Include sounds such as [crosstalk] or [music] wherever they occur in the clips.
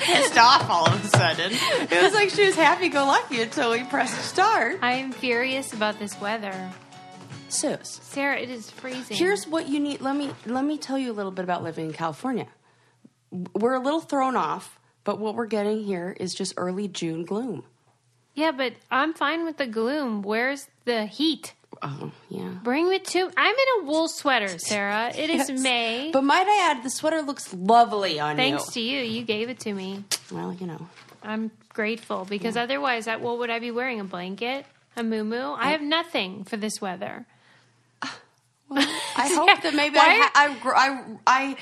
pissed off all of a sudden. It was like she was happy go lucky until we pressed start. I am furious about this weather. Sus. Sarah, it is freezing. Here's what you need. Let me let me tell you a little bit about living in California. We're a little thrown off, but what we're getting here is just early June gloom. Yeah, but I'm fine with the gloom. Where's the heat? Oh yeah. Bring it to. I'm in a wool sweater, Sarah. It is Yes. May. But might I add, the sweater looks lovely on Thanks you. to you, you gave it to me. Well, you [laughs] know, I'm grateful because otherwise, I, what would I be wearing? A blanket? A moo I have nothing for this weather. I hope that maybe I, Why- ha- I, gr- I, I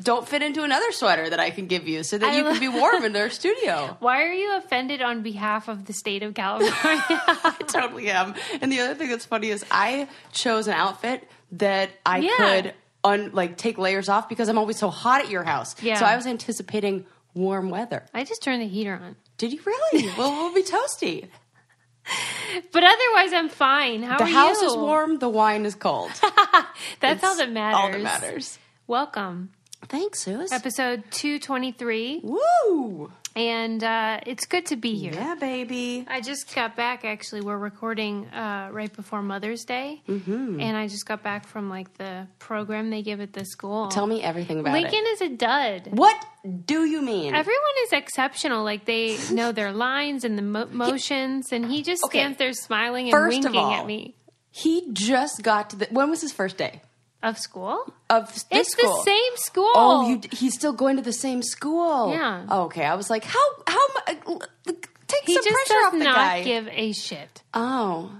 don't fit into another sweater that I can give you so that I you lo- can be warm in our studio. Why are you offended on behalf of the state of California? I [laughs] totally am. And the other thing that's funny is I chose an outfit that I Yeah. could un- like take layers off because I'm always so hot at your house. Yeah. So I was anticipating warm weather. I just turned the heater on. Did you [laughs] really? well, we'll be toasty. But otherwise, I'm fine. How The are house you? is warm. The wine is cold. That's all that matters. All that matters. Welcome, Thanks, Sus. episode two twenty three, Woo! and uh, it's good to be here. Yeah, baby. I just got back. Actually, we're recording uh, right before Mother's Day, mm-hmm. and I just got back from like the program they give at the school. Tell me everything about it. Lincoln is a dud. What do you mean? Everyone is exceptional. [laughs] Like they know their lines and the mo- motions, and he just Okay. stands there smiling and First of winking all- at me. he just got to the. When was his first day Of school, of this it's school? the same school. Oh, you, he's still going to the same school. Oh, Yeah. Okay, I was like, how how mu- uh, take he some just pressure does off the not guy. give a shit, oh,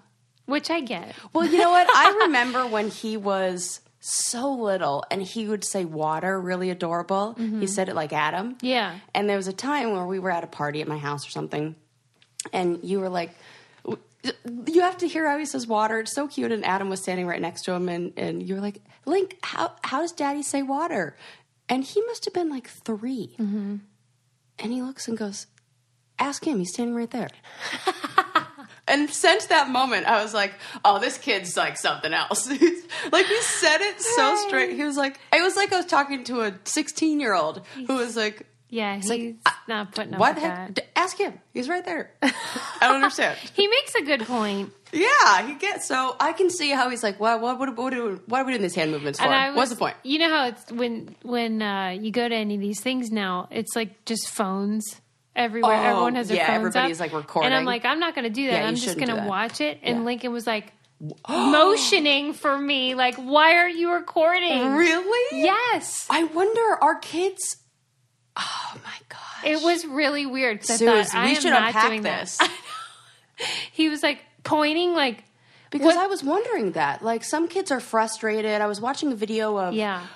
which I get. well, you know what? [laughs] I remember when he was so little, and he would say water really adorable. Mm-hmm. He said it like Adam. Yeah. And there was a time where we were at a party at my house or something, and you were like, w- "You have to hear how he says water. It's so cute." And Adam was standing right next to him, and, and you were like, "Link, how how does Daddy say water?" And he must have been like 3 and he looks and goes, "Ask him. He's standing right there." [laughs] And since that moment, I was like, "Oh, this kid's like something else." [laughs] like he said it so straight. He was like, "It was like I was talking to a 16 year old who was like, Yeah, he's like, not putting up why with the heck? that. D- ask him. He's right [laughs] there. I don't understand. He makes a good point, yeah, he gets so I can see how he's like, why, what, what, what, do- what are we doing these hand movements for? and I was, What's the point? You know how it's when when uh, you go to any of these things now, it's like just phones everywhere. Oh, Everyone has their yeah, phones. everybody's, up. like, and recording. I'm like, I'm not going to do that. Yeah, you I'm just shouldn't do going to that. watch it. And Yeah. Lincoln was like [gasps] motioning for me, like, why are you recording? Really? Yes. I wonder, are kids? Oh my god. It was really weird. 'cause I Suze, thought, I we am should not unpack doing that. [laughs] this He was like pointing, like, because I was wondering that. Like, some kids are frustrated. I was watching a video of yeah.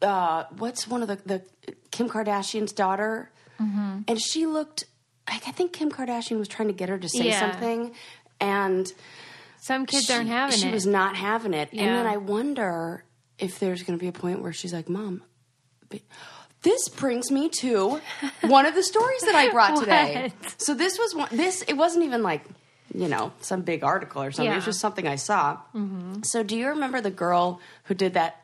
uh, what's one of the, the Kim Kardashian's daughter, Mm-hmm. and she looked like I think Kim Kardashian was trying to get her to say Yeah. something, and Some kids aren't having she it. was not having it. And then Yeah. I wonder if there's going to be a point where she's like, Mom, be- this brings me to one of the stories that I [laughs] brought today. So this was one, this, it wasn't even like, you know, some big article or something. It was Yeah. Mm-hmm. just something I saw. So do you remember the girl who did that?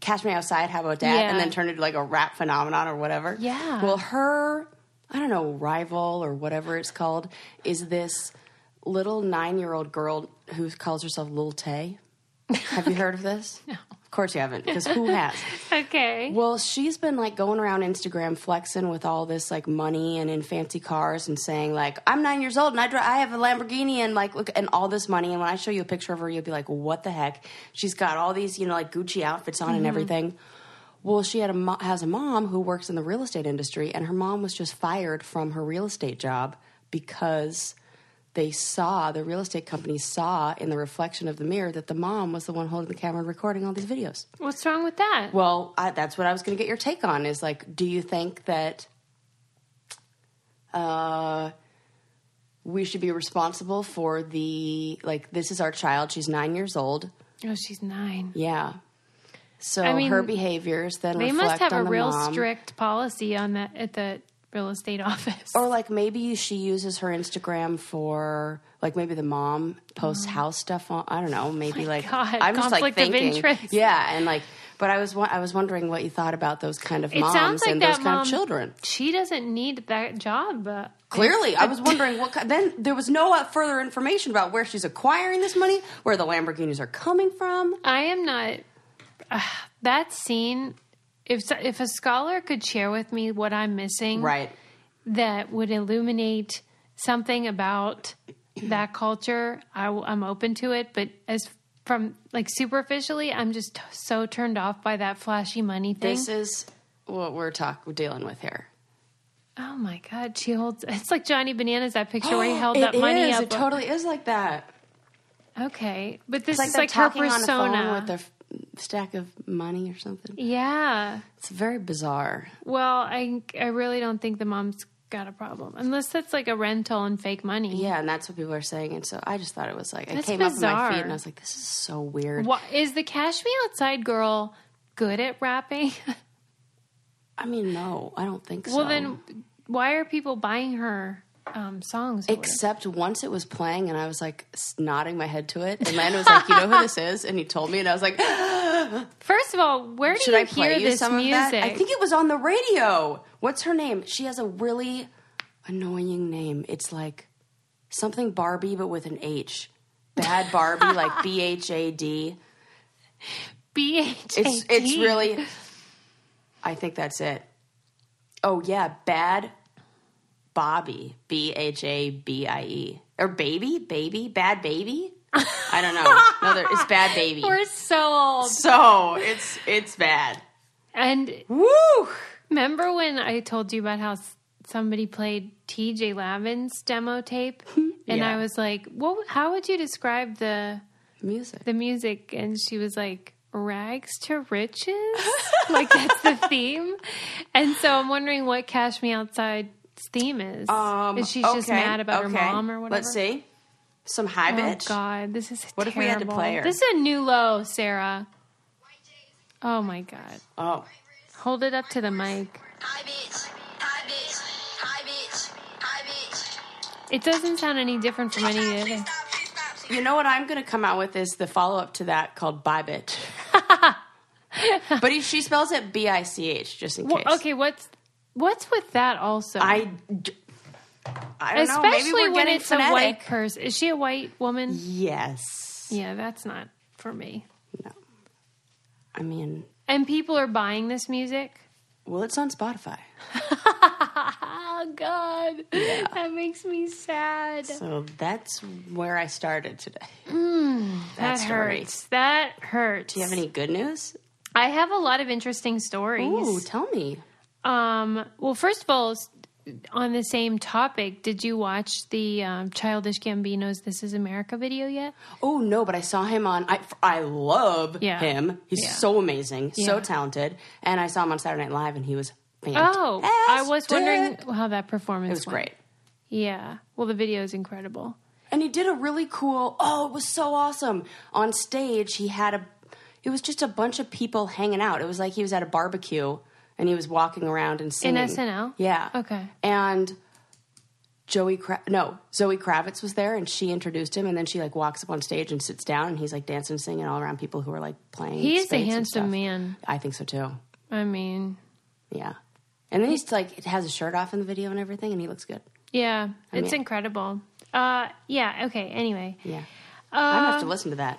Catch me outside, how about that? Yeah. And then turned it into like a rap phenomenon or whatever. Yeah. Well, her, I don't know, rival or whatever it's called, is this little nine year old girl who calls herself Lil Tay. Have you heard of this? no. Of course you haven't, because who has? [laughs] okay. Well, she's been like going around Instagram flexing with all this like money and in fancy cars and saying like I'm nine years old and I drive I have a Lamborghini and like look and all this money. And when I show you a picture of her, you'll be like, what the heck? She's got all these you know like Gucci outfits on and everything. Well, she had a mo- has a mom who works in the real estate industry, and her mom was just fired from her real estate job because they saw the real estate company saw in the reflection of the mirror that the mom was the one holding the camera and recording all these videos. What's wrong with that? Well, I, that's what I was going to get your take on. Is like, do you think that uh, we should be responsible for the like? This is our child. She's nine years old. oh, she's nine. Yeah. So I mean, her behaviors then They reflect must have on a the real mom. strict policy on that at the real estate [laughs] office. Or like maybe she uses her Instagram for like maybe the mom posts house stuff on. I don't know. Maybe like Mm. God, I'm just like conflict of thinking. interest. Yeah, and like But I was wa- I was wondering what you thought about those kind of It moms sounds like and those that kind mom- of children. She doesn't need that job. Uh, Clearly, I was wondering what. ki- Then there was no uh, further information about where she's acquiring this money, where the Lamborghinis are coming from. I am not. Uh, that scene, if so- if a scholar could share with me what I'm missing, Right. that would illuminate something about that culture, I, am open to it. But as from like superficially, I'm just t- so turned off by that flashy money thing. This is what we're talk we're dealing with [gasps] here. oh my god, she holds. It's like Johnny Bananas that [gasps] picture where he held that money is. up. It totally is like that. okay, but this It's like, is they're like her talking on persona. a phone with a f- stack of money or something. yeah. It's very bizarre. Well, I I really don't think the mom's got a problem unless that's like a rental and fake money. Yeah, and that's what people are saying. And so I just thought it was like I That's came up on my bizarre. feet and I was like, this is so weird. Wha- Is the Cash Me Outside girl good at rapping? [laughs] I mean, no, I don't think so. well, then why are people buying her um, songs? or whatever? Except once it was playing, and I was like s- nodding my head to it. And Landon was like, "You know [laughs] who this is?" And he told me, and I was like, First of all, where do "Should you I hear play you this some music? of that?" I think it was on the radio. What's her name? She has a really annoying name. It's like something Barbie, but with an H. Bad Barbie, like B H A D. BH. It's it's really. I think that's it. Oh yeah, bad Bobby B H A B I E or baby baby bad baby. I don't know. No, there- [laughs] it's bad baby. We're so old. So it's it's bad. And Woo! remember when I told you about how s- somebody played T.J. Lavin's [laughs] demo tape, and Yeah. I was like, "What? How would you describe the?" Music. the music and she was like rags to riches [laughs] like that's the theme and so i'm wondering what cash me outside's theme is is she just Um, okay, mad about okay. her mom or whatever Let's see. Some high oh bitch. god this is What if we had to terrible. play her? this is a new low sarah oh my god Oh, hold it up to the mic Hi bitch, hi bitch, hi bitch, hi bitch. it doesn't sound any different from any of the Please other stop, please stop, please you know what I'm going to come out with is the follow up to that called "Bye [laughs] Bitch." but he, she spells it B I C H, just in Well, case. okay what's what's with that also I, d- I don't know. Maybe especially we're when getting it's phonetic. a white person is she a white woman Yes. Yeah, that's not for me. No. I mean, And people are buying this music. well, it's on Spotify, Oh God, that makes me sad. so that's where I started today. Mm, that story. hurts. That hurts. Do you have any good news? I have a lot of interesting Ooh, stories. tell me. Um, well, first of all, s- on the same topic, did you watch the um, Childish Gambino's "This Is America" video yet? Oh no, but I saw him on. I, I love Yeah. him. He's Yeah. so amazing, Yeah. so talented. And I saw him on Saturday Night Live, and he was fantastic. Oh, I was wondering how that performance It was went. great, Yeah. Well, the video is incredible. and he did a really cool. Oh, it was so awesome on stage. He had a. It was just a bunch of people hanging out. It was like he was at a barbecue, and he was walking around and singing SNL? Yeah. Okay. And Joey Kra- no Zoe Kravitz was there, and she introduced him, and then she like walks up on stage and sits down, and he's like dancing, singing all around people who are like playing. He is a spades and handsome stuff. man. I think so too. I mean, Yeah. And then he's like has his shirt off in the video and everything, and he looks good. Yeah, it's mean- incredible. Uh, yeah. Okay. Anyway, Yeah. I'm gonna Um, have to listen to that.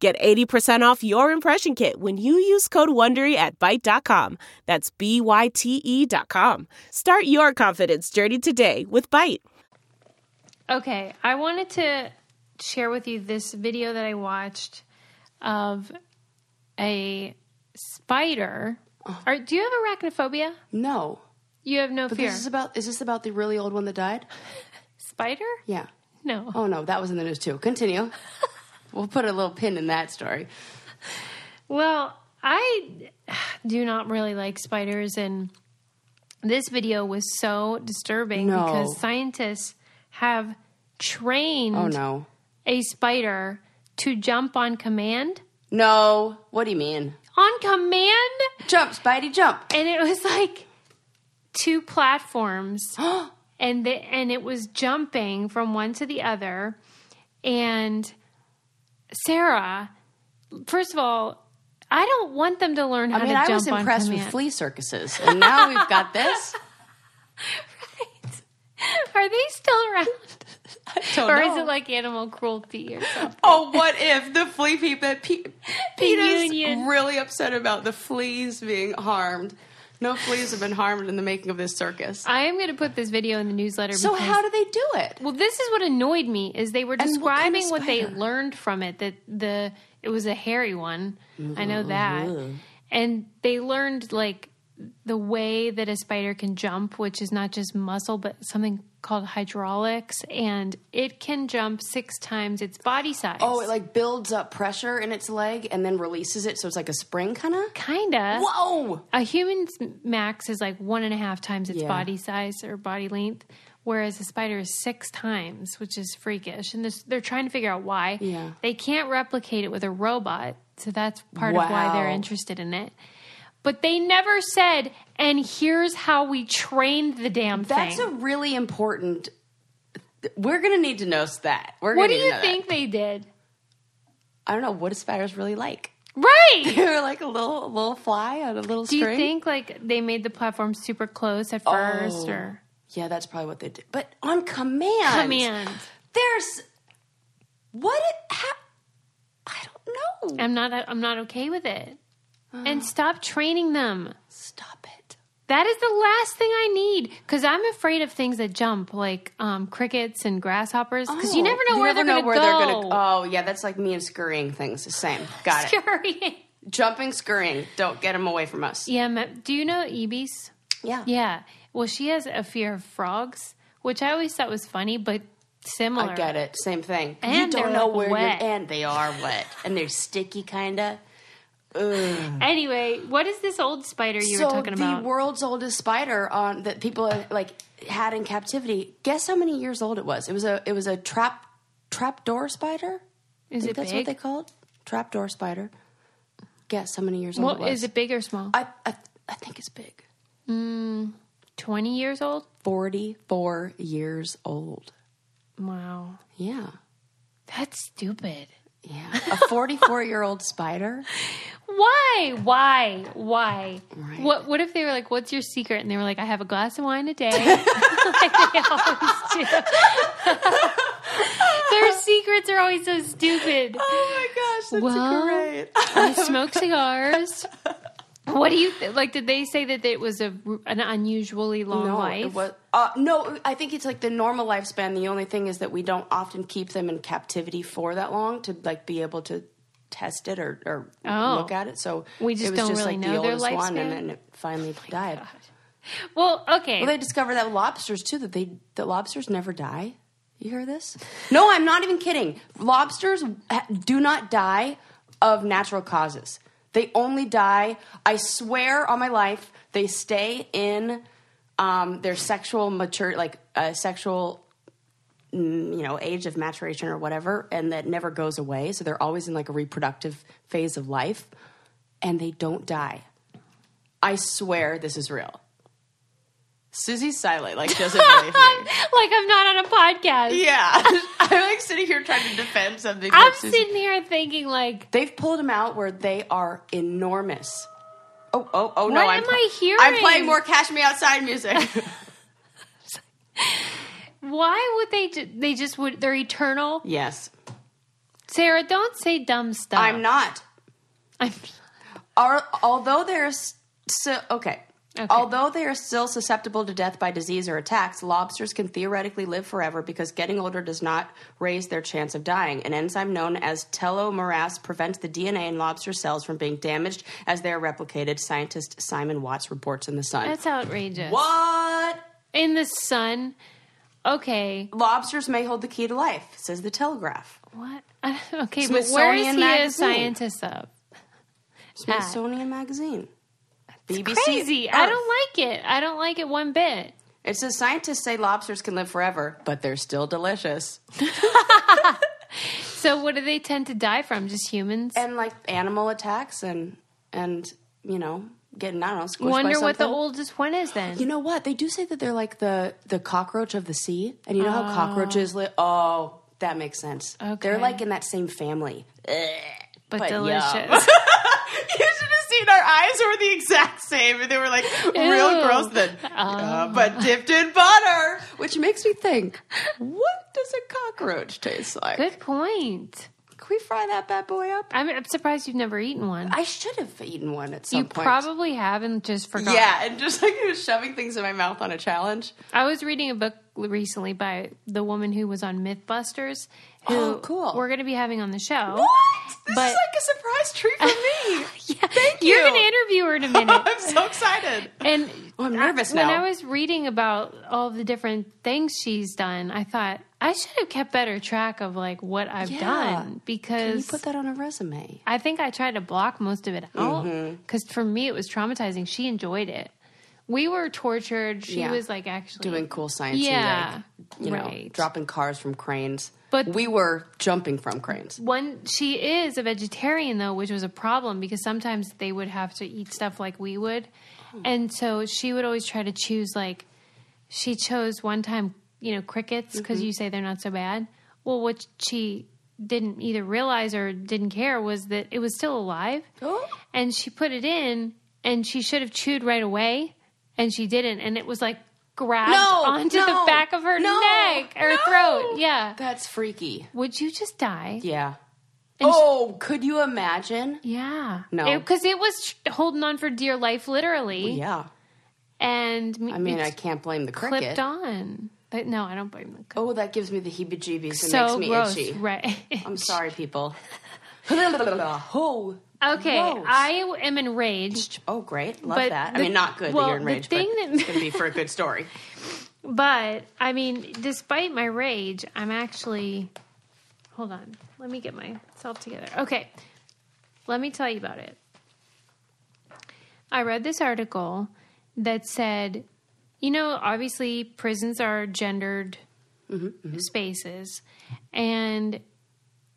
Get 80% off your impression kit when you use code WONDERY at Byte.com. That's B-Y-T-E E dot com. Start your confidence journey today with Byte. okay. I wanted to share with you this video that I watched of a spider. Are, do you have arachnophobia? No. You have no Oh. But fear. this is about is this about the really old one that died? spider? Yeah. No. Oh no, that was in the news too. [laughs] Continue. we'll put a little pin in that story. Well, I do not really like spiders, and This video was so disturbing No. because scientists have trained Oh no. a spider to jump on command. No. What do you mean? On command? Jump, Spidey, jump. And it was like [gasps] two platforms. and the, and it was jumping from one to the other. And Sarah, first of all, I don't want them to learn how I mean, to I jump was on impressed with command. flea circuses, and now we've got [laughs] this. Are they still around? Don't or know. is it like animal cruelty or something? oh, what if [laughs] the flea people? Pe- PETA's union. really upset about the fleas being harmed. No fleas have been harmed in the making of this circus. I am going to put this video in the newsletter. So because- how do they do it? Well, this is what annoyed me is they were And what kind of describing what, they spider? learned from it that the it was a hairy one. I know that. And they learned like the way that a spider can jump, which is not just muscle but something called hydraulics and it can jump 6 times its body size. Oh, it like builds up pressure in its leg and then releases it, so it's like a spring, kind of. kind of. Whoa! a human's max is like one and a half times its Yeah. body size or body length, whereas a spider is six times, which is freakish. And this, they're trying to figure out why. Yeah. They can't replicate it with a robot, so that's part of why they're Wow. interested in it. But they never said, and here's how we trained the damn That's thing. a really important. We're gonna need to know that. We're gonna what do need to you know that. think they did? I don't know. What do spiders really like? [laughs] Right. They're like a little little fly on a little do string. you think like they made the platform super close Oh. at first or Yeah, that's probably what they did. But on command, command? there's what? It, how, I don't know. I'm not I'm not okay [gasps] with it. And stop training them. Stop it. That is the last thing I need because I'm afraid of things that jump, like um, crickets and grasshoppers, because you Oh, never know where never know they're going to where go. [laughs] they're gonna- Oh, yeah, that's like me and scurrying things. The same. Got it. Scurrying. Jumping, scurrying. Don't get them away from us. Yeah. ma- Do you know Ebis? Yeah. Yeah. Well, she has a fear of frogs, which I always thought was funny, but similar. I get it. Same thing. you And don't they're, know like, where wet. you're and they are wet. And they're sticky kinda. Anyway, what is this old spider you so were talking the about? world's oldest spider on that people uh, like had in captivity. Guess how many years old it was? It was a it was a trap trapdoor spider. is I think it that's big? what they call it? Trapdoor spider. Guess how many years old well, it was? is it big or small? I, I I think it's big. 20 years old? Forty four years old. Wow. Yeah. That's stupid. Yeah. A forty four year old [laughs] spider. Why? Why? Why? Right. What what if they were like, What's your secret? And they were like, I have a glass of wine a day. [laughs] like they always do. [laughs] Their secrets are always so stupid. Oh my gosh, that's Well, great. I smoke cigars. What do you th- like? Did they say that it was a, an unusually long No, life? it was. Uh, no, I think it's like the normal lifespan. The only thing is that we don't often keep them in captivity for that long to like be able to test it or, or Oh. look at it. So We just it was don't just really like know the their oldest one, lifespan? and then it finally died. Well, okay. Well, they discovered that lobsters too that they that lobsters never die. You hear this? No, I'm not even kidding. Lobsters ha- do not die of natural causes. They only die. I swear on my life, they stay in um, their sexual mature, like uh, sexual, mm, you know, age of maturation or whatever, and that never goes away. So they're always in like a reproductive phase of life, and they don't die. I swear this is real. Susie's silent, like doesn't [laughs] believe me. like I'm not on a [laughs] podcast. Yeah, I'm like sitting here trying to defend something. that I'm Susie- sitting here thinking, like, They've pulled them out where they are enormous. Oh, oh, oh! no, What I'm am I hearing? I'm playing more "Cash Me Outside" music. why would they? Ju- they just would. They're eternal. [laughs] yes, Uh, Sarah, don't say dumb stuff. I'm not. I'm, Are, although they are s- so, okay. Okay. Although they are still susceptible to death by disease or attacks, lobsters can theoretically live forever because getting older does not raise their chance of dying. An enzyme known as telomerase prevents the DNA in lobster cells from being damaged as they are replicated, scientist Simon Watts reports in The Sun. that's outrageous. what? In the sun. Okay. Lobsters may hold the key to life, says The Telegraph. What? [laughs] Okay, but where is Smithsonian he a Magazine. scientist of? Smithsonian Magazine. BBC Crazy. I Earth. don't like it. I don't like it one bit. Oh, It says scientists say lobsters can live forever, but they're still delicious. So what do they tend to die from? Just humans? And like animal attacks and and you know getting I don't know squished by Wonder something. what the oldest one is then. You know what? They do say that they're like the the cockroach of the sea, and you know how cockroaches live. Oh, that makes sense. They're Okay. like in that same family. but, but yum. delicious. You should have seen our eyes were the exact same, and they were like [laughs] real Ew. gross. Then, uh, but [laughs] dipped in butter, which makes me think, what does a cockroach taste like? Good point. Can we fry that bad boy up? I'm, I'm surprised you've never eaten one. I should have eaten one at some you point. probably have and just forgot. yeah, and just like shoving things in my mouth on a challenge. I was reading a book recently by the woman who was on Mythbusters. Who Oh, cool. We're going to be having on the show. What? This But- is like a surprise treat [laughs] for me. Yeah. Thank You're you. going to interview her in a minute. [laughs] I'm so excited. And Oh, I'm nervous when now. I was reading about all the different things she's done, I thought I should have kept better track of like what I've Yeah. done Can you because put that on a resume? I think I tried to block most of it out Mm-hmm. because for me it was traumatizing. She enjoyed it. We were tortured. She Yeah. was like actually Doing cool science, Yeah, like, you know, right. dropping cars from cranes. But- we were jumping from cranes. One, she is a vegetarian though, which was a problem because sometimes they would have to eat stuff like we would, Hmm. and so she would always try to choose like she chose one time, you know, crickets because Mm-hmm. you say they're not so bad. Well, what she didn't either realize or didn't care was that it was still alive, Oh. and she put it in, and she should have chewed right away, and she didn't, and it was like grabbed No, onto no, the back of her no, neck or no. throat. Yeah, That's freaky. would you just die? Yeah. oh, could you imagine? Yeah. No. Because it, was holding on for dear life, literally. Yeah. And me- I mean, I it's can't blame the clipped cricket. on. But no, I don't blame the Oh, that gives me the heebie-jeebies. It makes so me gross. itchy. Right. I'm sorry, [laughs] people. oh, [laughs] okay. Gross. I am enraged, oh, great. Love But that. I the- mean, not good that well, you're the enraged, thing but that- it's going to be for a good story. but I mean, despite my rage, I'm actually. Hold on. Let me get myself together. Okay. Let me tell you about it. I read this article that said, you know, obviously prisons are gendered spaces, and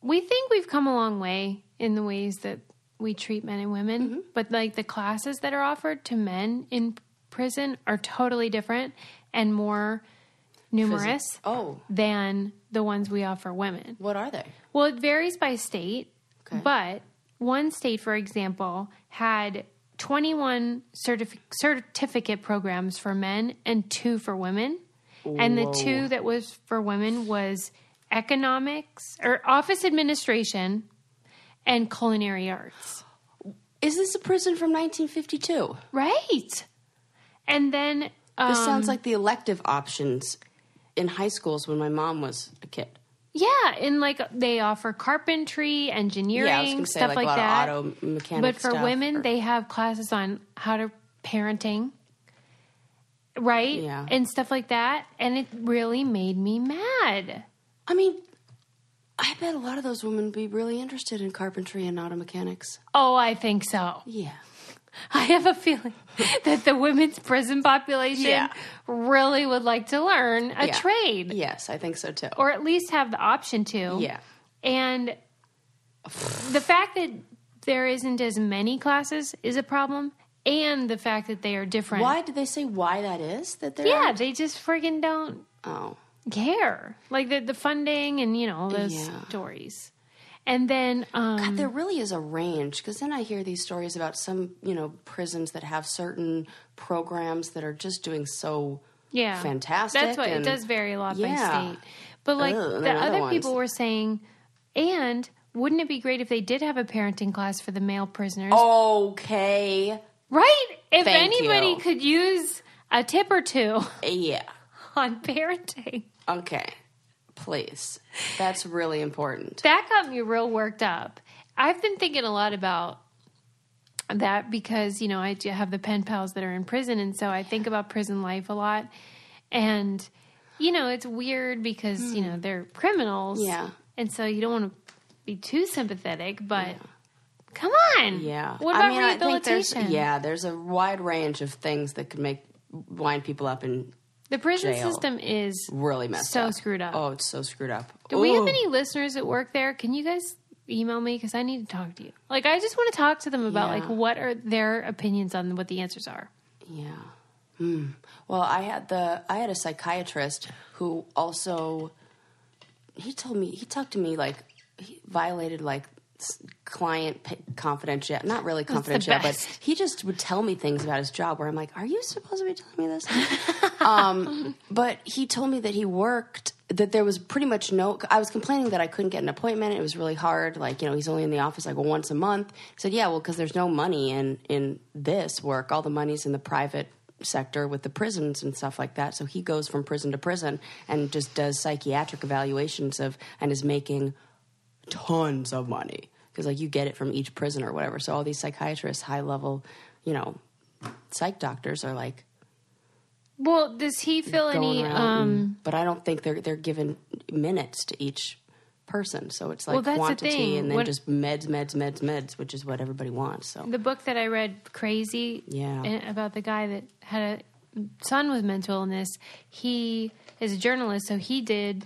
we think we've come a long way in the ways that we treat men and women, but like the classes that are offered to men in prison are totally different and more numerous [laughs] Oh, than the ones we offer women. what are they? Well, it varies by state, but one state, for example, had 21 certifi- certificate programs for men and two for women. And the two that was for women was economics or office administration and culinary arts. Is this a prison from 1952? Right. And then um, This sounds like the elective options in high schools when my mom was a kid. yeah, and like they offer carpentry, engineering, Yeah, I was going to say stuff like, like, a lot that. of auto mechanics. but for women they have classes on how to parenting right Yeah. and stuff like that and it really made me mad I mean, I bet a lot of those women be really interested in carpentry and auto mechanics. oh i think so [laughs] Yeah. i have a feeling [laughs] that the women's prison population Yeah. really would like to learn a Yeah. trade Yes, I think so too. or at least have the option to yeah. and the fact that there isn't as many classes is a problem and the fact that they are different Why did they say why that is? That they're yeah Mm-hmm. they just friggin' don't Oh. care like the the funding and you know all those Yeah. stories and then um There really is a range because then I hear these stories about some, you know, prisons that have certain programs that are just doing so yeah fantastic. that's why it and- does vary a lot Yeah. by state but like Ugh, and the then other other ones. people were saying and wouldn't it be great if they did have a parenting class for the male prisoners Okay. right if Oh, Thank anybody you. could use a tip or two [laughs] Yeah. on parenting Okay. Please. That's really important. that got me real worked up. I've been thinking a lot about that because you know I do have the pen pals that are in prison, and so I think about prison life a lot. And you know it's weird because you know they're criminals, Hmm. Yeah. and so you don't want to be too sympathetic, but Come on. Yeah. What about there's rehabilitation? yeah, there's a wide range of things that could make wind people up and The prison Jail. system is really messed so up. screwed up. Oh, it's so screwed up. Do we have Ooh. any listeners that work there? Can you guys email me because I need to talk to you. Like I just want to talk to them about Yeah. like what are their opinions on what the answers are. Yeah. Hmm. Well, I had the I had a psychiatrist who also he told me he talked to me like he violated like s- client p- confidential not really confidential but best. he just would tell me things about his job where I'm like are you supposed to be telling me this [laughs] um but he told me that he worked that there was pretty much no I was complaining that I couldn't get an appointment it was really hard like you know he's only in the office like once a month he said yeah well cuz there's no money in in this work all the money's in the private sector with the prisons and stuff like that. So he goes from prison to prison and just does psychiatric evaluations of and is making tons of money because like you get it from each prison or whatever. So all these psychiatrists, high level, you know, psych doctors are like Well, does he feel going any around. um and- but I don't think they're they're given minutes to each person. So it's like Well, that's the quantity thing. and then When- just meds, meds, meds, meds, which is what everybody wants. So the book that I read, Crazy, Yeah. and- about the guy that had a son with mental illness. He is a journalist, so he did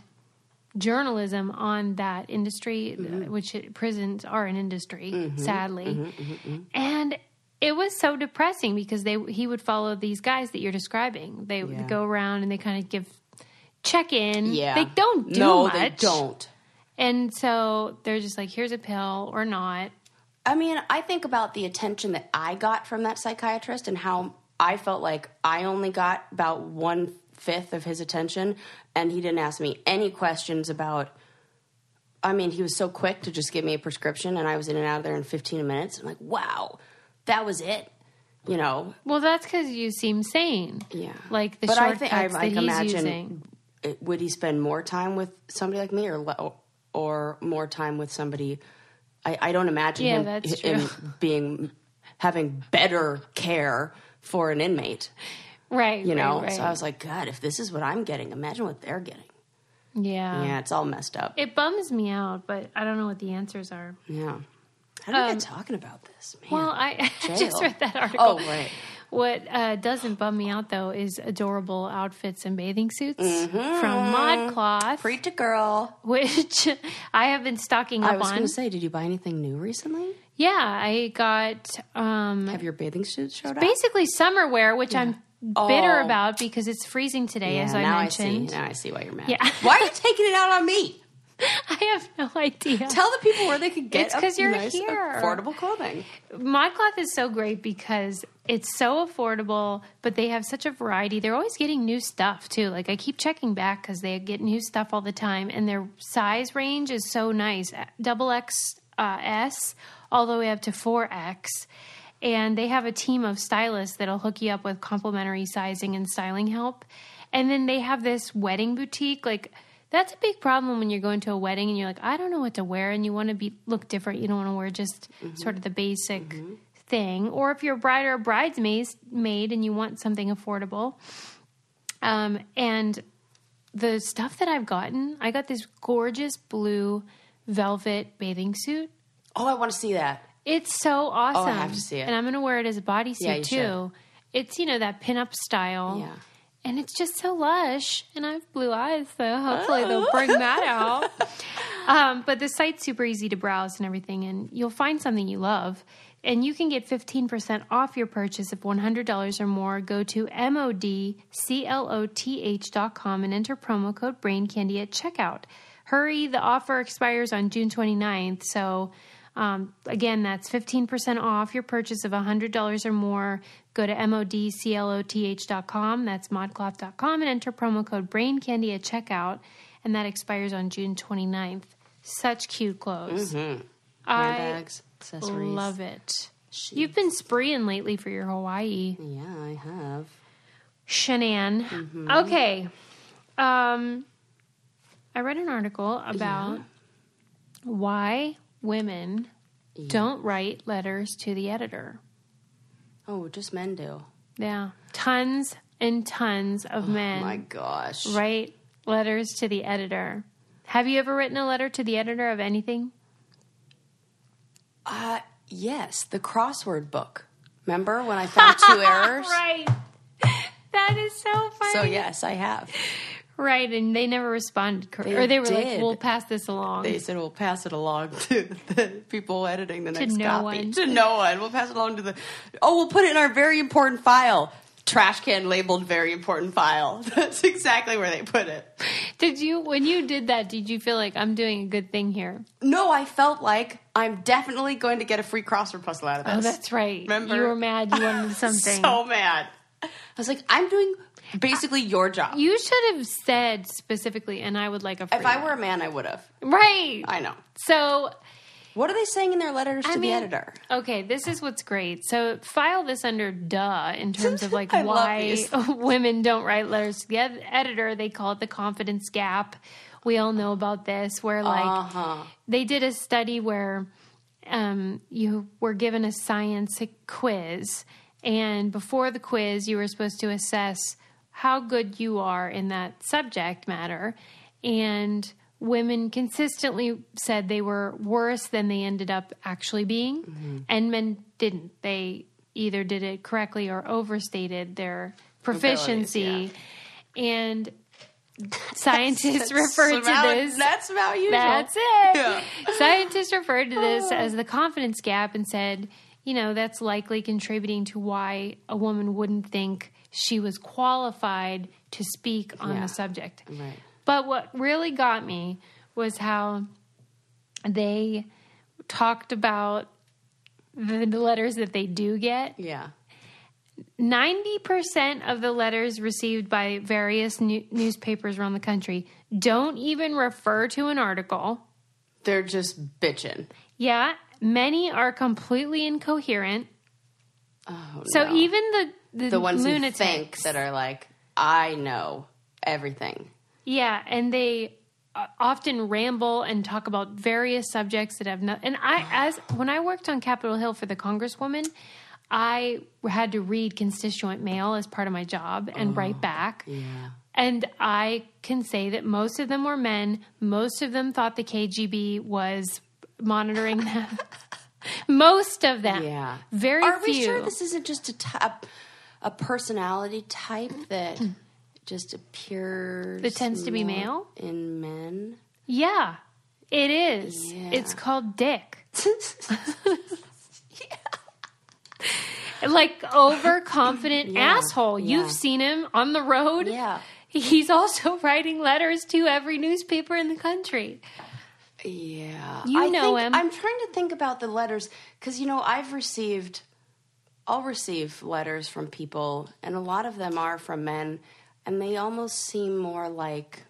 journalism on that industry, uh, Mm-hmm. which it- prisons are an industry, sadly. mm-hmm, And it was so depressing because they he would follow these guys that you're describing. They would Yeah. go around and they kind of give check in. yeah. they don't do no, much. they don't. And so they're just like, here's a pill or not. I mean, I think about the attention that I got from that psychiatrist and how I felt like I only got about one fifth of his attention, and he didn't ask me any questions about. I mean, he was so quick to just give me a prescription, and I was in and out of there in 15 minutes. I'm like, wow, that was it. You know, Well, that's because you seem sane. Yeah. like the But I shortcuts think I, that like, he's imagine- using. it- would he spend more time with somebody like me, or le- or more time with somebody? I, I don't imagine Yeah, him, that's him true. being having better care for an inmate. Right, You know, right, right. so I was like, God, if this is what I'm getting, imagine what they're getting. yeah. yeah, it's all messed up. It bums me out, but I don't know what the answers are. yeah, how do we get talking about this, man? Um, Well, I [laughs] just Jail. read that article. oh right, What uh, doesn't bum me out though is adorable outfits and bathing suits Mm-hmm. from ModCloth, free to girl. [laughs] which I have been stocking up I was on. going to say, did you buy anything new recently? yeah, I got um, Have your bathing suits showed up? basically summer wear, which I'm bitter Oh. about because it's freezing today, Yeah, as I now mentioned. [laughs] I see. Now I see why you're mad. Yeah. why are you taking it out on me? I have no idea. Tell the people where they could get It's 'cause a you're nice, here. affordable clothing. ModCloth is so great because it's so affordable, but they have such a variety. They're always getting new stuff too. Like I keep checking back because they get new stuff all the time, and their size range is so nice: double X, uh, S, all the way up to four X. And they have a team of stylists that'll hook you up with complimentary sizing and styling help. And then they have this wedding boutique, like. That's a big problem when you're going to a wedding and you're like, I don't know what to wear, and you want to be look different. You don't want to wear just sort of the basic thing. Or if you're a bride or a bridesmaid maid and you want something affordable, um, and the stuff that I've gotten, I got this gorgeous blue velvet bathing suit. Oh, I want to see that. It's so awesome. Oh, I have to see it. And I'm going to wear it as a bodysuit Yeah, you too. should. It's you know that pinup style. Yeah. And it's just so lush. And I have blue eyes, so hopefully Oh. they'll bring that [laughs] out. Um, but the site's super easy to browse and everything, and you'll find something you love. And you can get 15% off your purchase of $100 or more. Go to modcloth.com and enter promo code BRAINCANDY at checkout. Hurry, the offer expires on June 29th. So, um, again, that's 15% off your purchase of $100 or more. Go to modcloth.com, that's modcloth.com, and enter promo code BRAINCANDY at checkout. And that expires on June 29th. Such cute clothes. I Mm-hmm. Handbags, accessories. love it. You've been spreeing lately for your Hawaii Yeah, I have. shenan. Mm-hmm. Okay. Um, I read an article about why women don't write letters to the editor. Oh, just men do. Yeah. Tons and tons of men Oh My gosh. write letters to the editor. Have you ever written a letter to the editor of anything? Uh, Yes, the crossword book. Remember when I found [laughs] two errors? Right. [laughs] That is so funny. So yes, I have. Right, and they never responded, cor- They or they were like, did. "We'll pass this along." They said we'll pass it along [laughs] to the people editing the next no copy. one. To no one. We'll pass it along to the Oh, we'll put it in our very important file. Trash can labeled very important file. [laughs] That's exactly where they put it. Did you, when you did that, did you feel like I'm doing a good thing here? No, I felt like I'm definitely going to get a free crossword puzzle out of this. Oh, that's right. Remember? you were mad. You [laughs] wanted something. So mad. I was like, I'm doing basically your job. you should have said specifically, and I would like a. Free if I one." were a man, I would have. right, I know. so What are they saying in their letters I to mean, the editor? Okay, this is what's great. So file this under duh in terms of [laughs] like I love why these. women don't write letters to the ed- editor. They call it the confidence gap. We all know about this where like they did a study where um, you were given a science quiz and before the quiz you were supposed to assess how good you are in that subject matter and women consistently said they were worse than they ended up actually being and men didn't they either did it correctly or overstated their proficiency and [laughs] scientists refer to Somehow, this That's about usual. that's it. Yeah. Oh. Scientists referred to this as the confidence gap and said, you know, that's likely contributing to why a woman wouldn't think she was qualified to speak on Yeah. the subject. Right. But what really got me was how they talked about the letters that they do get. Yeah. 90% of the letters received by various new- newspapers around the country don't even refer to an article. They're just bitching. Yeah, many are completely incoherent. Oh, So no. even the the, the ones lunatics, who think that are like, I know everything. yeah, and they uh, often ramble and talk about various subjects that have not. And I, as when I worked on Capitol Hill for the Congresswoman, I had to read constituent mail as part of my job and write back. Oh, Yeah. And I can say that most of them were men. Most of them thought the KGB was monitoring them. [laughs] most of them. Yeah. Very Are few. we sure this isn't just a type, a personality type that Mm. just appears That tends to be more male? in men? Yeah, it is. Yeah. It's called dick. [laughs] Like overconfident Yeah, asshole. yeah. You've seen him on the road. Yeah. He's also [laughs] writing letters to every newspaper in the country. Yeah. You I know think- him. I'm trying to think about the letters because, you know, I've received, I'll receive letters from people, and a lot of them are from men, and they almost seem more like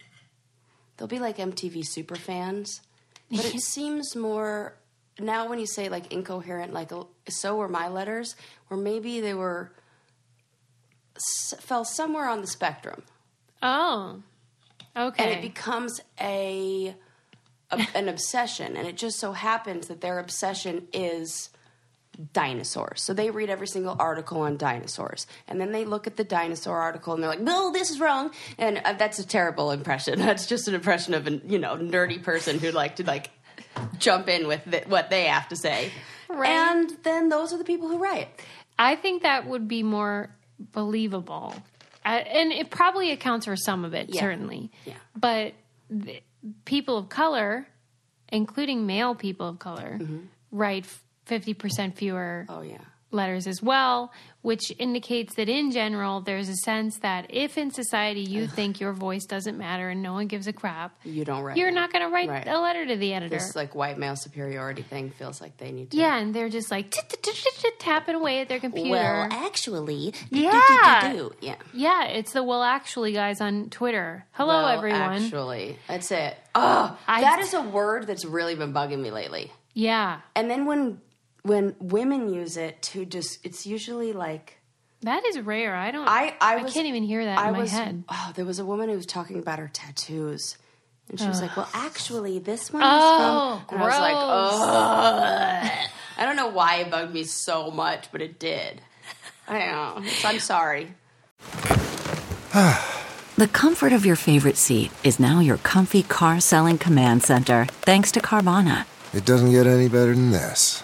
they'll be like MTV super fans, but [laughs] it seems more now when you say like incoherent, like oh, so were my letters, or maybe they were s- fell somewhere on the spectrum Oh. Okay. and it becomes a, a- an obsession and it just so happens that their obsession is dinosaurs so they read every single article on dinosaurs and then they look at the dinosaur article and they're like no this is wrong and uh, that's a terrible impression [laughs] that's just an impression of a you know nerdy person who'd like to like jump in with th- what they have to say Right. and then those are the people who write I think that would be more believable. Uh, and it probably accounts for some of it, Yeah. certainly. Yeah. But the, people of color, including male people of color, Mm-hmm. write 50% fewer oh yeah letters as well, which indicates that in general, there's a sense that if in society you think your voice doesn't matter and no one gives a crap, you don't write you're it. not going to write Right. a letter to the editor. this like white male superiority thing feels like they need to yeah, and they're just like "Tit, tit, tit, tit, tit," tapping away at their computer. Well, actually, Yeah. do-do-do-do-do. yeah. Yeah, it's the well actually guys on Twitter. Hello Well, everyone. Actually, that's it. Oh, I- that is a word that's really been bugging me lately. Yeah. And then when when women use it to just, it's usually like That is rare. I don't I. I, was, can't even hear that I in my was, head. Oh, there was a woman who was talking about her tattoos. And she was like, "Well, actually, this one Oh, is from." And I was like, gross. "Ugh." I don't know why it bugged me so much, but it did. I don't know. So I'm [laughs] sorry. The comfort of your favorite seat is now your comfy car selling command center, thanks to Carvana. It doesn't get any better than this.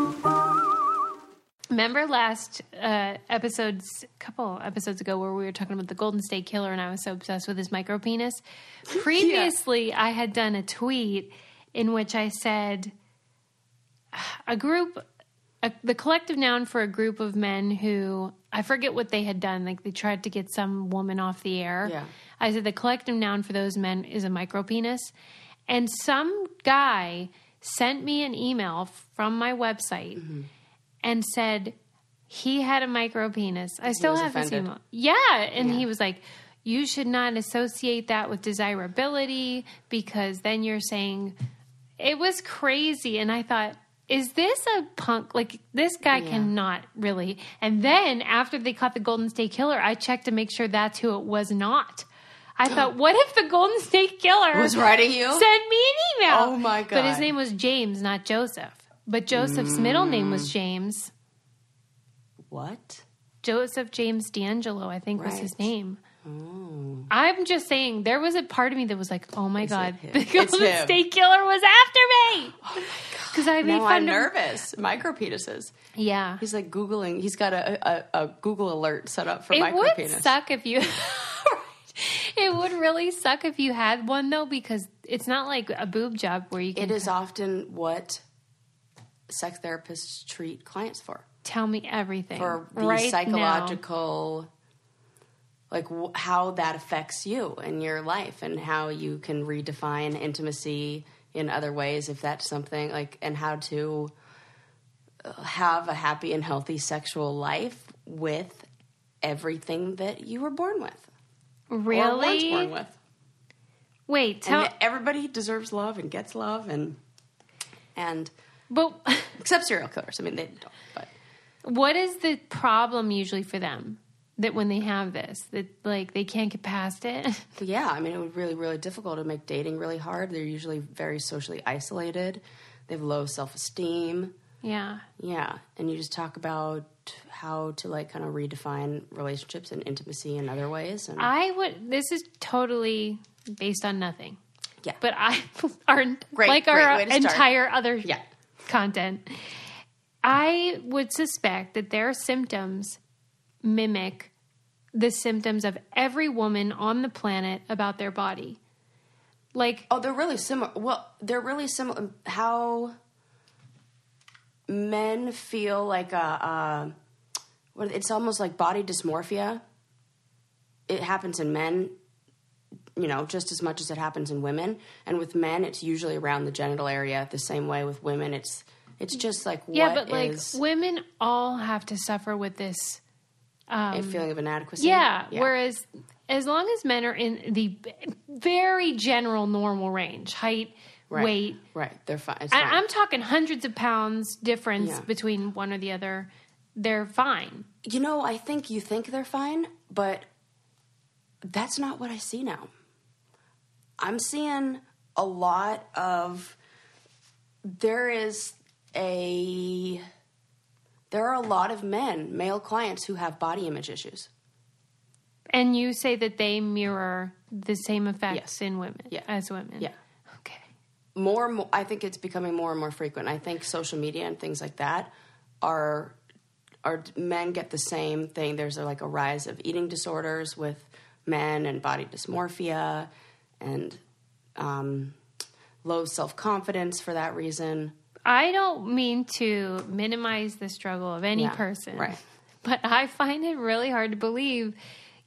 Remember last uh, episodes, couple episodes ago, where we were talking about the Golden State Killer, and I was so obsessed with his micro penis. Previously, I had done a tweet in which I said a group, a, the collective noun for a group of men who I forget what they had done. Like they tried to get some woman off the air. Yeah. I said the collective noun for those men is a micro penis. And some guy sent me an email from my website and said he had a micro penis. I still was have his offended. email. Yeah. And he was like, you should not associate that with desirability because then you're saying it was crazy. And I thought, is this a punk? Like, this guy cannot really. And then after they caught the Golden State Killer, I checked to make sure that's who it was not. [gasps] I thought, what if the Golden State Killer Was writing you? Send me an email. Oh, my But his God. name was James, not Joseph. But Joseph's middle name was Mm. James. What? Joseph James D'Angelo, I think was his Right. Oh. name. I'm just saying, there was a part of me that was like, "Oh my god, him? [laughs] the It's Golden him. State Killer was [gasps] after me!" Oh my god, because I made Now fun I'm of nervous. Micro penises. Yeah, He's like Googling. He's got a, a, a Google alert set up for it micro would penis. suck if you. [laughs] it would really suck if you had one though, because it's not like a boob job where you can It is often what sex therapists treat clients for. tell me everything for the right Now. psychological like w- how that affects you and your life and how you can redefine intimacy in other ways if that's something like and how to uh, have a happy and healthy sexual life with everything that you were born with or weren't Really? born with Wait, tell. and that everybody deserves love and gets love and and but [laughs] except serial killers i mean they don't but What is the problem usually for them that when they have this that like they can't get past it? [laughs] But yeah, I mean, it would really, really difficult to make dating really hard. They're usually very socially isolated. They have low self esteem. yeah. Yeah, and you just talk about how to like kind of redefine relationships and intimacy in other ways. And I would this is totally based on nothing. Yeah. But I [laughs] our Great, like great our way to start. entire other Yeah. content. I would suspect that their symptoms mimic the symptoms of every woman on the planet about their body. Like oh, they're really similar. Well, they're really similar. How men feel like a, a what? It's almost like body dysmorphia. It happens in men you know, just as much as it happens in women. And with men, it's usually around the genital area. The same way with women, it's it's just like what is yeah, but like women all have to suffer with this a feeling of inadequacy. um, Yeah. Whereas, as long as men are in the b- very general normal range, height, right. weight, right? They're fine. It's I, fine. I'm talking hundreds of pounds difference Yeah. between one or the other, they're fine. you know, I think you think they're fine, but that's not what I see now. I'm seeing a lot of there is a there are a lot of men, male clients who have body image issues. And you say that they mirror the same effects Yes. in women Yeah. as women. Yeah. Okay. more and more, I think it's becoming more and more frequent. I think social media and things like that are are men get the same thing. There's a, like a rise of eating disorders with men and body dysmorphia and um, low self confidence for that reason. I don't mean to minimize the struggle of any Yeah, person. right. But I find it really hard to believe,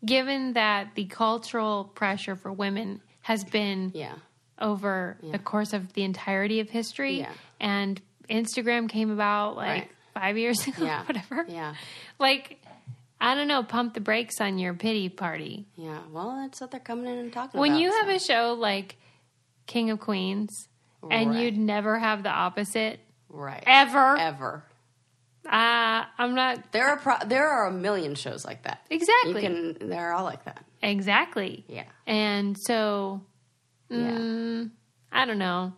given that the cultural pressure for women has been Yeah, over the course of the entirety of history. Yeah. And Instagram came about like Right. five years [laughs] ago, Yeah. whatever. Yeah. Like, I don't know, pump the brakes on your pity party. yeah. Well, that's what they're coming in and talking When about. you have so. a show like King of Queens and Right. you'd never have the opposite right ever, ever. Uh, I'm not There are pro- there are a million shows like that. exactly. You can they're all like that. exactly. Yeah. And so Yeah. I don't know.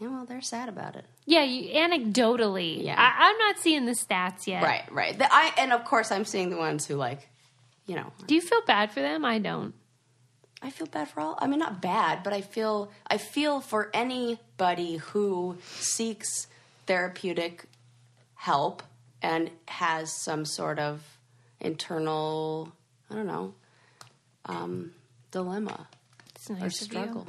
Yeah, well, they're sad about it. Yeah, you, anecdotally. Yeah. I, I'm not seeing the stats yet. Right, right. The, I and of course I'm seeing the ones who like, you know, Do you feel bad for them? I don't. I feel bad for all. I mean, not bad, but I feel I feel for anybody who seeks therapeutic help and has some sort of internal, I don't know, um, dilemma It's nice or of you. struggle.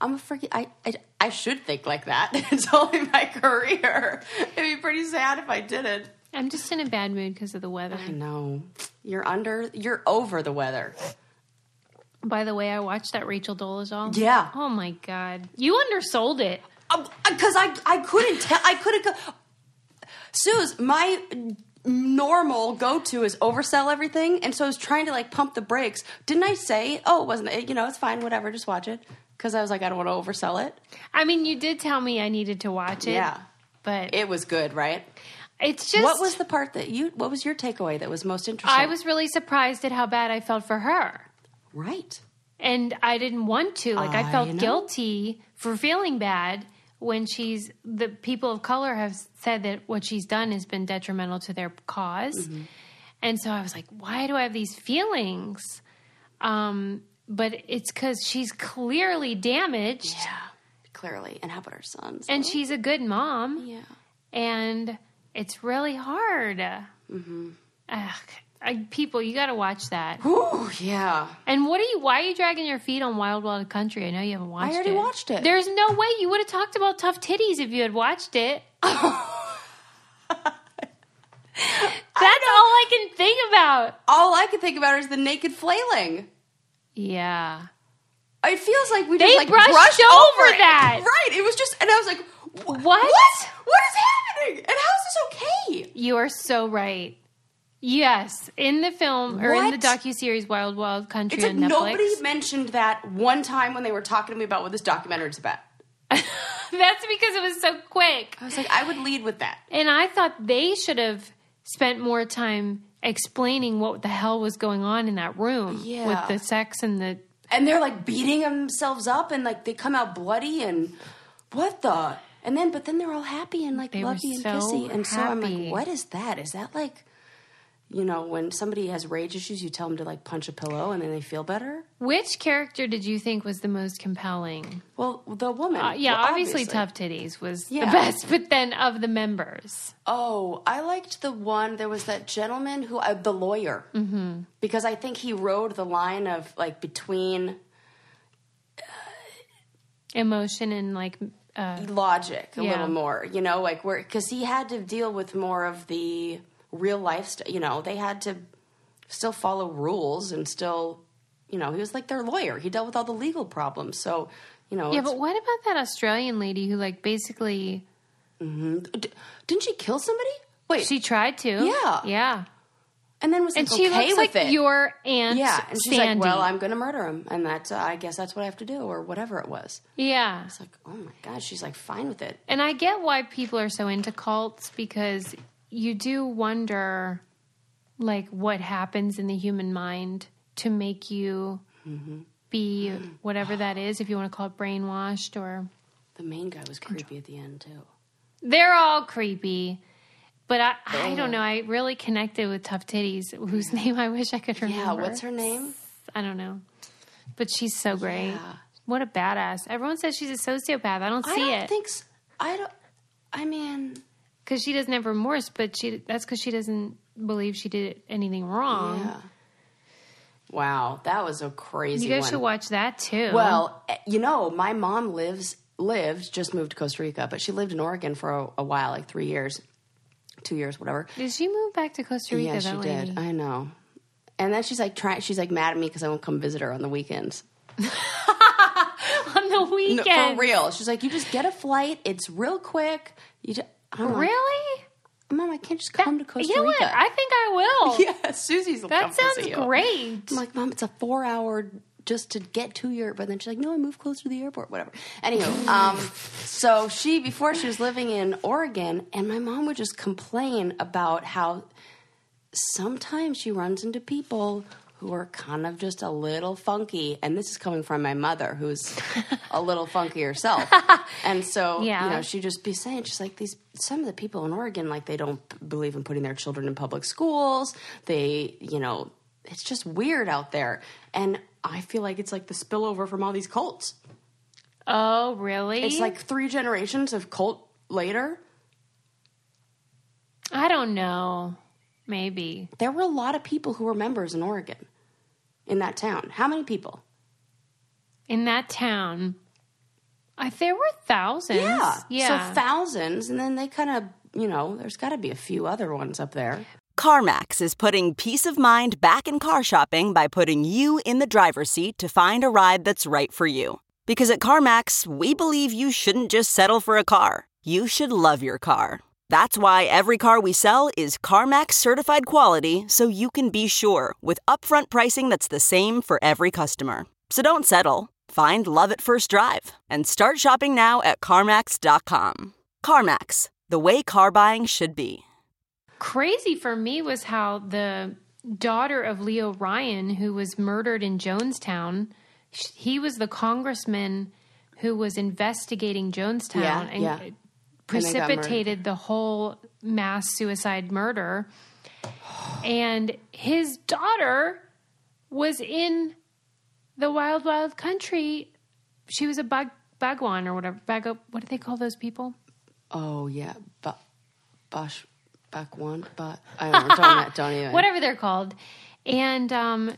I'm a freaking. I, I I should think like that. [laughs] it's only my career. It'd be pretty sad if I didn't. I'm just in a bad mood because of the weather. I know. You're under. You're over the weather. By the way, I watched that Rachel Dolezal. Yeah. Oh my god, you undersold it. because Uh, I I couldn't tell I couldn't go. Suze, my normal go to is oversell everything, and so I was trying to like pump the brakes. Didn't I say, oh, it wasn't it? You know, it's fine, whatever, just watch it. Because I was like, I don't want to oversell it. I mean, you did tell me I needed to watch it. Yeah. But It was good, right? it's just what was the part that you? What was your takeaway that was most interesting? I was really surprised at how bad I felt for her. right. And I didn't want to. Like I, I felt know. guilty for feeling bad when she's the people of color have said that what she's done has been detrimental to their because Mm-hmm. And so I was like, why do I have these feelings? Um but it's cuz she's clearly damaged Yeah, clearly. And how about her sons? and she's a good mom. yeah, and it's really hard. Mm-hmm. I, people, you got to watch that. Ooh, yeah. And what are you? Why are you dragging your feet on Wild Wild Country? I know you haven't watched. it. already watched it. There's no way you would have talked about tough titties if you had watched [laughs] it. That's all I can think about. All I could think about is the naked flailing. Yeah, It feels like we They just like brushed brushed, over over it. that. Right. It was just, and I was like, wh- What? What? What is happening? And how is this okay? you are so right. Yes, in the film or in the What? docu series Wild Wild Country It's like on Netflix. nobody mentioned that one time when they were talking to me about what this documentary is about. [laughs] That's because it was so quick. I was like, I would lead with that. And I thought they should have spent more time explaining what the hell was going on in that room Yeah. with the sex and the. And they're like beating themselves up, and like they come out bloody, and what the? And then, but then they're all happy and like They were lovey and so kissy, and so I'm happy. like, what is that? Is that like? You know, when somebody has rage issues, you tell them to like punch a pillow and then they feel better. Which character did you think was the most compelling? Well, the woman. Uh, yeah, well, obviously, Tough Titties was the Yeah. best, but then of the members. Oh, I liked the one. There was that gentleman who, uh, the lawyer, mm-hmm. because I think he rode the line of like between Emotion and like. Uh, logic a Yeah. little more, you know, like where because he had to deal with more of the real life. St- you know, they had to still follow rules and still, you know, he was like their lawyer. He dealt with all the legal problems. So, you know, yeah, it's- but what about that Australian lady who, like, basically. mm-hmm. D- didn't she kill somebody? Wait, She tried to. Yeah. Yeah. and then was And like, she okay looks with like it. your Aunt yeah, and she's Sandy. like, "Well, I'm going to murder him, and that's uh, I guess that's what I have to do, or whatever it was." yeah. It's like, oh my god, she's like fine with it. And I get why people are so into cults because you do wonder like what happens in the human mind to make you Mm-hmm. be whatever that is if you want to call it brainwashed or The main guy was creepy at the end too. they're all creepy. But I, I Oh. don't know. I really connected with Tough Titties, whose name I wish I could remember. Yeah, what's her name? I don't know. But she's so great. What a badass. Everyone says she's a sociopath. I don't see I don't it. think s I don't. I mean, because she doesn't have remorse, but she that's because she doesn't believe she did anything wrong. yeah. Wow, that was a crazy You guys one. should watch that too. Well, eh, you know, my mom lives lived just moved to Costa Rica, but she lived in Oregon for a, a while, like three years, two years, whatever. did she move back to Costa Rica? yeah, she that lady? did. I know. And then she's like trying. She's like mad at me because I won't come visit her on the weekends. on the [laughs] No, weekend. for real, she's like, you just get a flight. It's real quick. You just, I'm like, Really? Mom, I can't just come to Costa you know Rica. what? I think I will. [laughs] yeah, Susie's will come that to sounds see you. great. I'm like, Mom, it's a four hour just to get to your. But then she's like, No, I moved closer to the airport. Whatever. [laughs] Anywho, um, so she before she was living in Oregon, and my mom would just complain about how sometimes she runs into people who are kind of just a little funky. And this is coming from my mother, who's a little funky herself. And so, Yeah. you know, she'd just be saying, she's like, these, some of the people in Oregon, like, they don't p- believe in putting their children in public schools. They, you know, it's just weird out there. And I feel like it's like the spillover from all these cults. Oh, really? It's like three generations of cult later. I don't know. Maybe. There were a lot of people who were members in Oregon in that town. How many people? In that town, I, there were thousands. Yeah. Yeah. So thousands, and then they kind of, you know, there's got to be a few other ones up there. CarMax is putting peace of mind back in car shopping by putting you in the driver's seat to find a ride that's right for you. Because at CarMax, we believe you shouldn't just settle for a car, you should love your car. That's why every car we sell is CarMax certified quality so you can be sure with upfront pricing that's the same for every customer. So don't settle. Find love at first drive and start shopping now at CarMax.com. CarMax, the way car buying should be. Crazy for me was how the daughter of Leo Ryan, who was murdered in Jonestown, sh- he was the congressman who was investigating Jonestown Yeah, and yeah. And they got murdered. precipitated the whole mass suicide murder. And his daughter was in the wild, wild country. She was a bag, bagwan or whatever. Bag, what do they call those people? Oh yeah, but Bosh, back one, but I don't, know. don't, [laughs] don't even. whatever they're called. And um,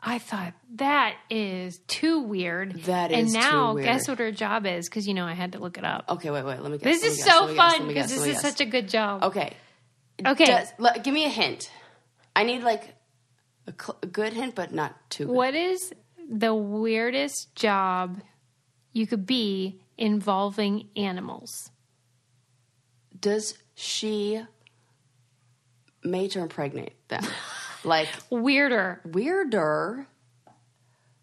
I thought that is too weird. That and is too now weird. guess what her job is? Because you know I had to look it up. Okay, wait, wait. Let me guess. this let me is guess, so let me guess, fun let me because guess, this let me is guess. such a good job. Okay. Okay, Does, le- give me a hint. I need like a, cl- a good hint, but not too. Good. what is the weirdest job you could be involving animals? does she major impregnate them? [laughs] like Weirder weirder.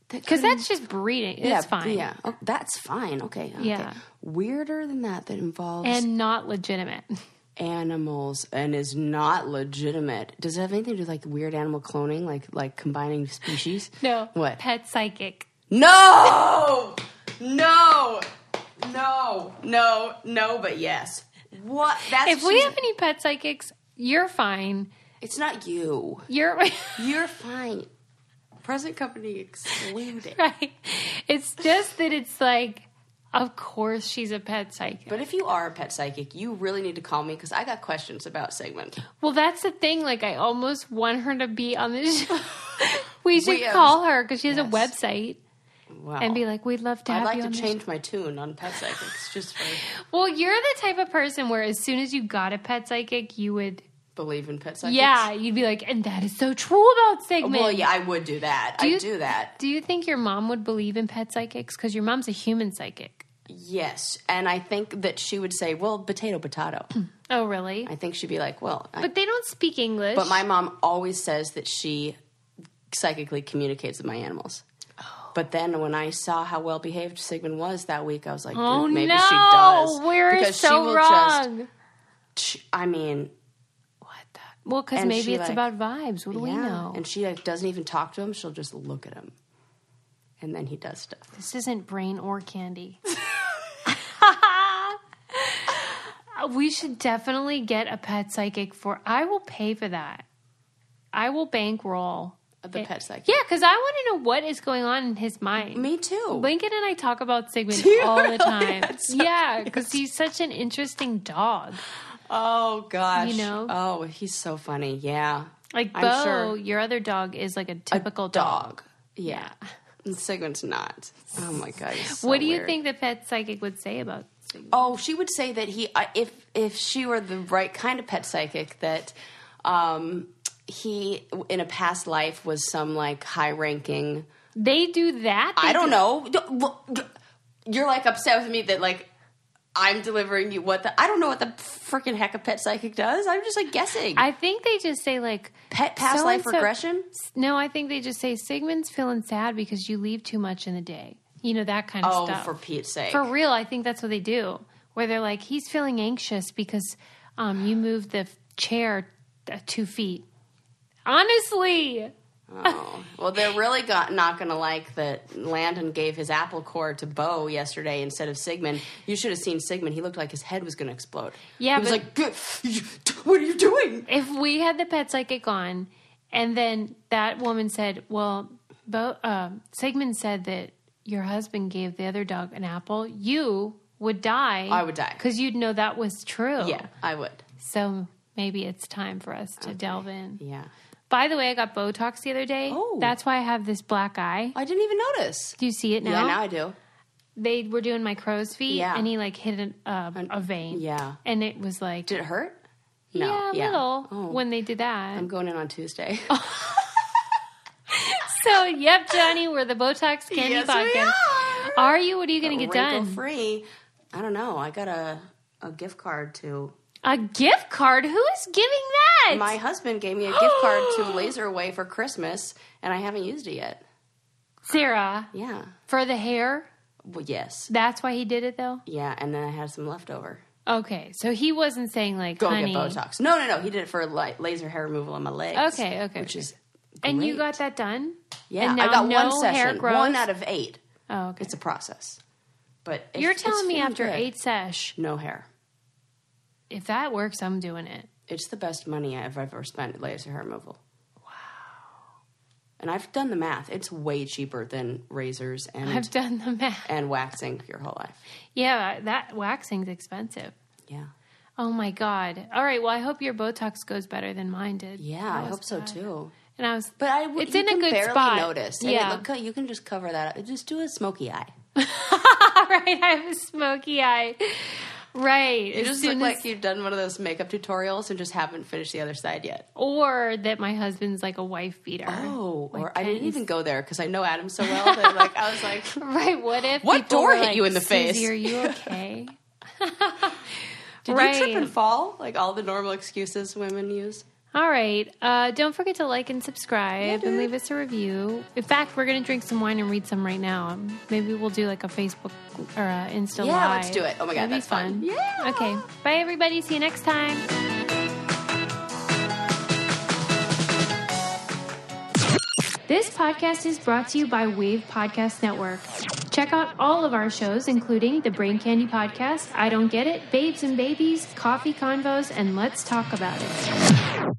That because couldn't- that's just breeding. It's yeah, fine. Yeah, oh, that's fine. Okay, okay. Yeah. Weirder than that that involves and not legitimate. [laughs] animals and is not legitimate. Does it have anything to do with like weird animal cloning, like like combining species? No, What? pet psychic? No! No! No! No! No! But yes. What? That's If we have any pet psychics, you're fine. It's not you. You're [laughs] You're fine. Present company excluded. [laughs] right. It's just that it's like, of course she's a pet psychic. But if you are a pet psychic, you really need to call me because I got questions about segment. Well, that's the thing. Like, I almost want her to be on this [laughs] show. we should We have- call her because she has a Yes. website Wow. and be like, we'd love to have I'd like you to on the change my tune on pet psychics just for show. Well, you're the type of person where as soon as you got a pet psychic, you would, believe in pet psychics. yeah, you'd be like, and that is so true about Sigmund. Well, yeah, I would do that. I you- do that. Do you think your mom would believe in pet psychics? Because your mom's a human psychic. Yes, and I think that she would say, "Well, potato, potato." Oh, really? I think she'd be like, "Well," I, but, but they don't speak English. my mom always says that she psychically communicates with my animals. Oh. But then when I saw how well behaved Sigmund was that week, I was like, Oh "Dude, maybe no, she does." we're because so she will wrong. just. sh- I mean, well, because and maybe she, it's like- about vibes. What do we yeah. know? And she like doesn't even talk to him; she'll just look at him, and then he does stuff. this isn't brain or candy. [laughs] we should definitely get a pet psychic for. I will pay for that. I will bankroll. The pet psychic. Yeah, because I want to know what is going on in his mind. me too. Lincoln and I talk about Sigmund all the time. Yeah, because he's such an interesting dog. Oh gosh. You know? Oh, he's so funny. Yeah. Like I'm Bo, sure- your other dog is like a typical dog. Yeah. [laughs] And Sigmund's not. Oh my god. he's so what do you weird. think the pet psychic would say about Sigmund? Oh, she would say that he I- if if she were the right kind of pet psychic that um he in a past life was some like high ranking They do that. They I don't do- know. D- well, d- You're like upset with me that like I'm delivering you what the I don't know what the freaking heck a pet psychic does. I'm just like guessing. I think they just say like pet past so life and so- regression? No, I think they just say Sigmund's feeling sad because you leave too much in the day. You know that kind of Oh, stuff. for Pete's sake. For real, I think that's what they do. Where they're like, he's feeling anxious because um, you moved the f- chair uh, two feet. Honestly, Oh. Well, they're really got, not going to like that Landon gave his apple core to Bo yesterday instead of Sigmund. You should have seen Sigmund. He looked like his head was going to explode. Yeah, He was but- like, "Good- what are you doing? if we had the pet psychic on, and then that woman said, "Well, Bo, uh, Sigmund said that your husband gave the other dog an apple," you would die. I would die. because you'd know that was true. Yeah, I would. So maybe it's time for us to delve in. Yeah. By the way, I got Botox the other day. Oh. That's why I have this black eye. I didn't even notice. Do you see it now? Yeah, now I do. They were doing my crow's feet, Yeah. and he like hit an, uh, a vein. yeah. and it was like, Did it hurt? yeah, a little Oh. when Oh, they did that. I'm going in on Tuesday. So, yep, Johnny, we're the Botox Candy Yes, we Podcast. are. you? What are you going to [laughs] get Wrinkle done? free. I don't know. I got a a gift card to A gift card? Who is giving that? my husband gave me a gift card to Laserway for Christmas, and I haven't used it yet. Sarah Yeah. for the hair. Well, yes. That's why he did it, though. Yeah, and then I had some leftover. Okay, so he wasn't saying like, Go honey, get Botox. No, no, no. He did it for like, laser hair removal on my legs. Okay, okay, Which okay. is and you great. got that done. yeah. and I now got no one session. hair growth. One out of eight. Oh, okay. It's a process. But it- You're it's telling me feeling after good. eight sesh, no hair. if that works, I'm doing it. It's the best money I've ever spent at laser hair removal. Wow. And I've done the math. It's way cheaper than razors and I've done the math. and waxing your whole life. Yeah, that waxing's expensive. Yeah. Oh my god! All right, well, I hope your Botox goes better than mine did. Yeah, That I was hope so bad. too. And I was, But I w- it's you in can a good barely spot. notice. And it Yeah, look- you can just cover that up. Just do a smoky eye. all [laughs] right. I have a smoky eye. Right. You as just look soon as- like you've done one of those makeup tutorials and just haven't finished the other side yet. or that my husband's like a wife beater. Oh, Like, or I didn't Ken's- even go there because I know Adam so well that like I was [laughs] like, [laughs] Right. What if What people door were hit like, you in the face? "Susie, Are you [laughs] okay? did Right. you trip and fall? Like all the normal excuses women use. All right. Uh, don't forget to like and subscribe and leave us a review. In fact, we're gonna drink some wine and read some right now. Um, Maybe we'll do like a Facebook or a Insta Yeah, Live. let's do it. Oh my God, That'd be that's fun. fun. Yeah. Okay. Bye, everybody. See you next time. This podcast is brought to you by Wave Podcast Network. Check out all of our shows, including the Brain Candy Podcast, I Don't Get It, Babes and Babies, Coffee Convos, and Let's Talk About It.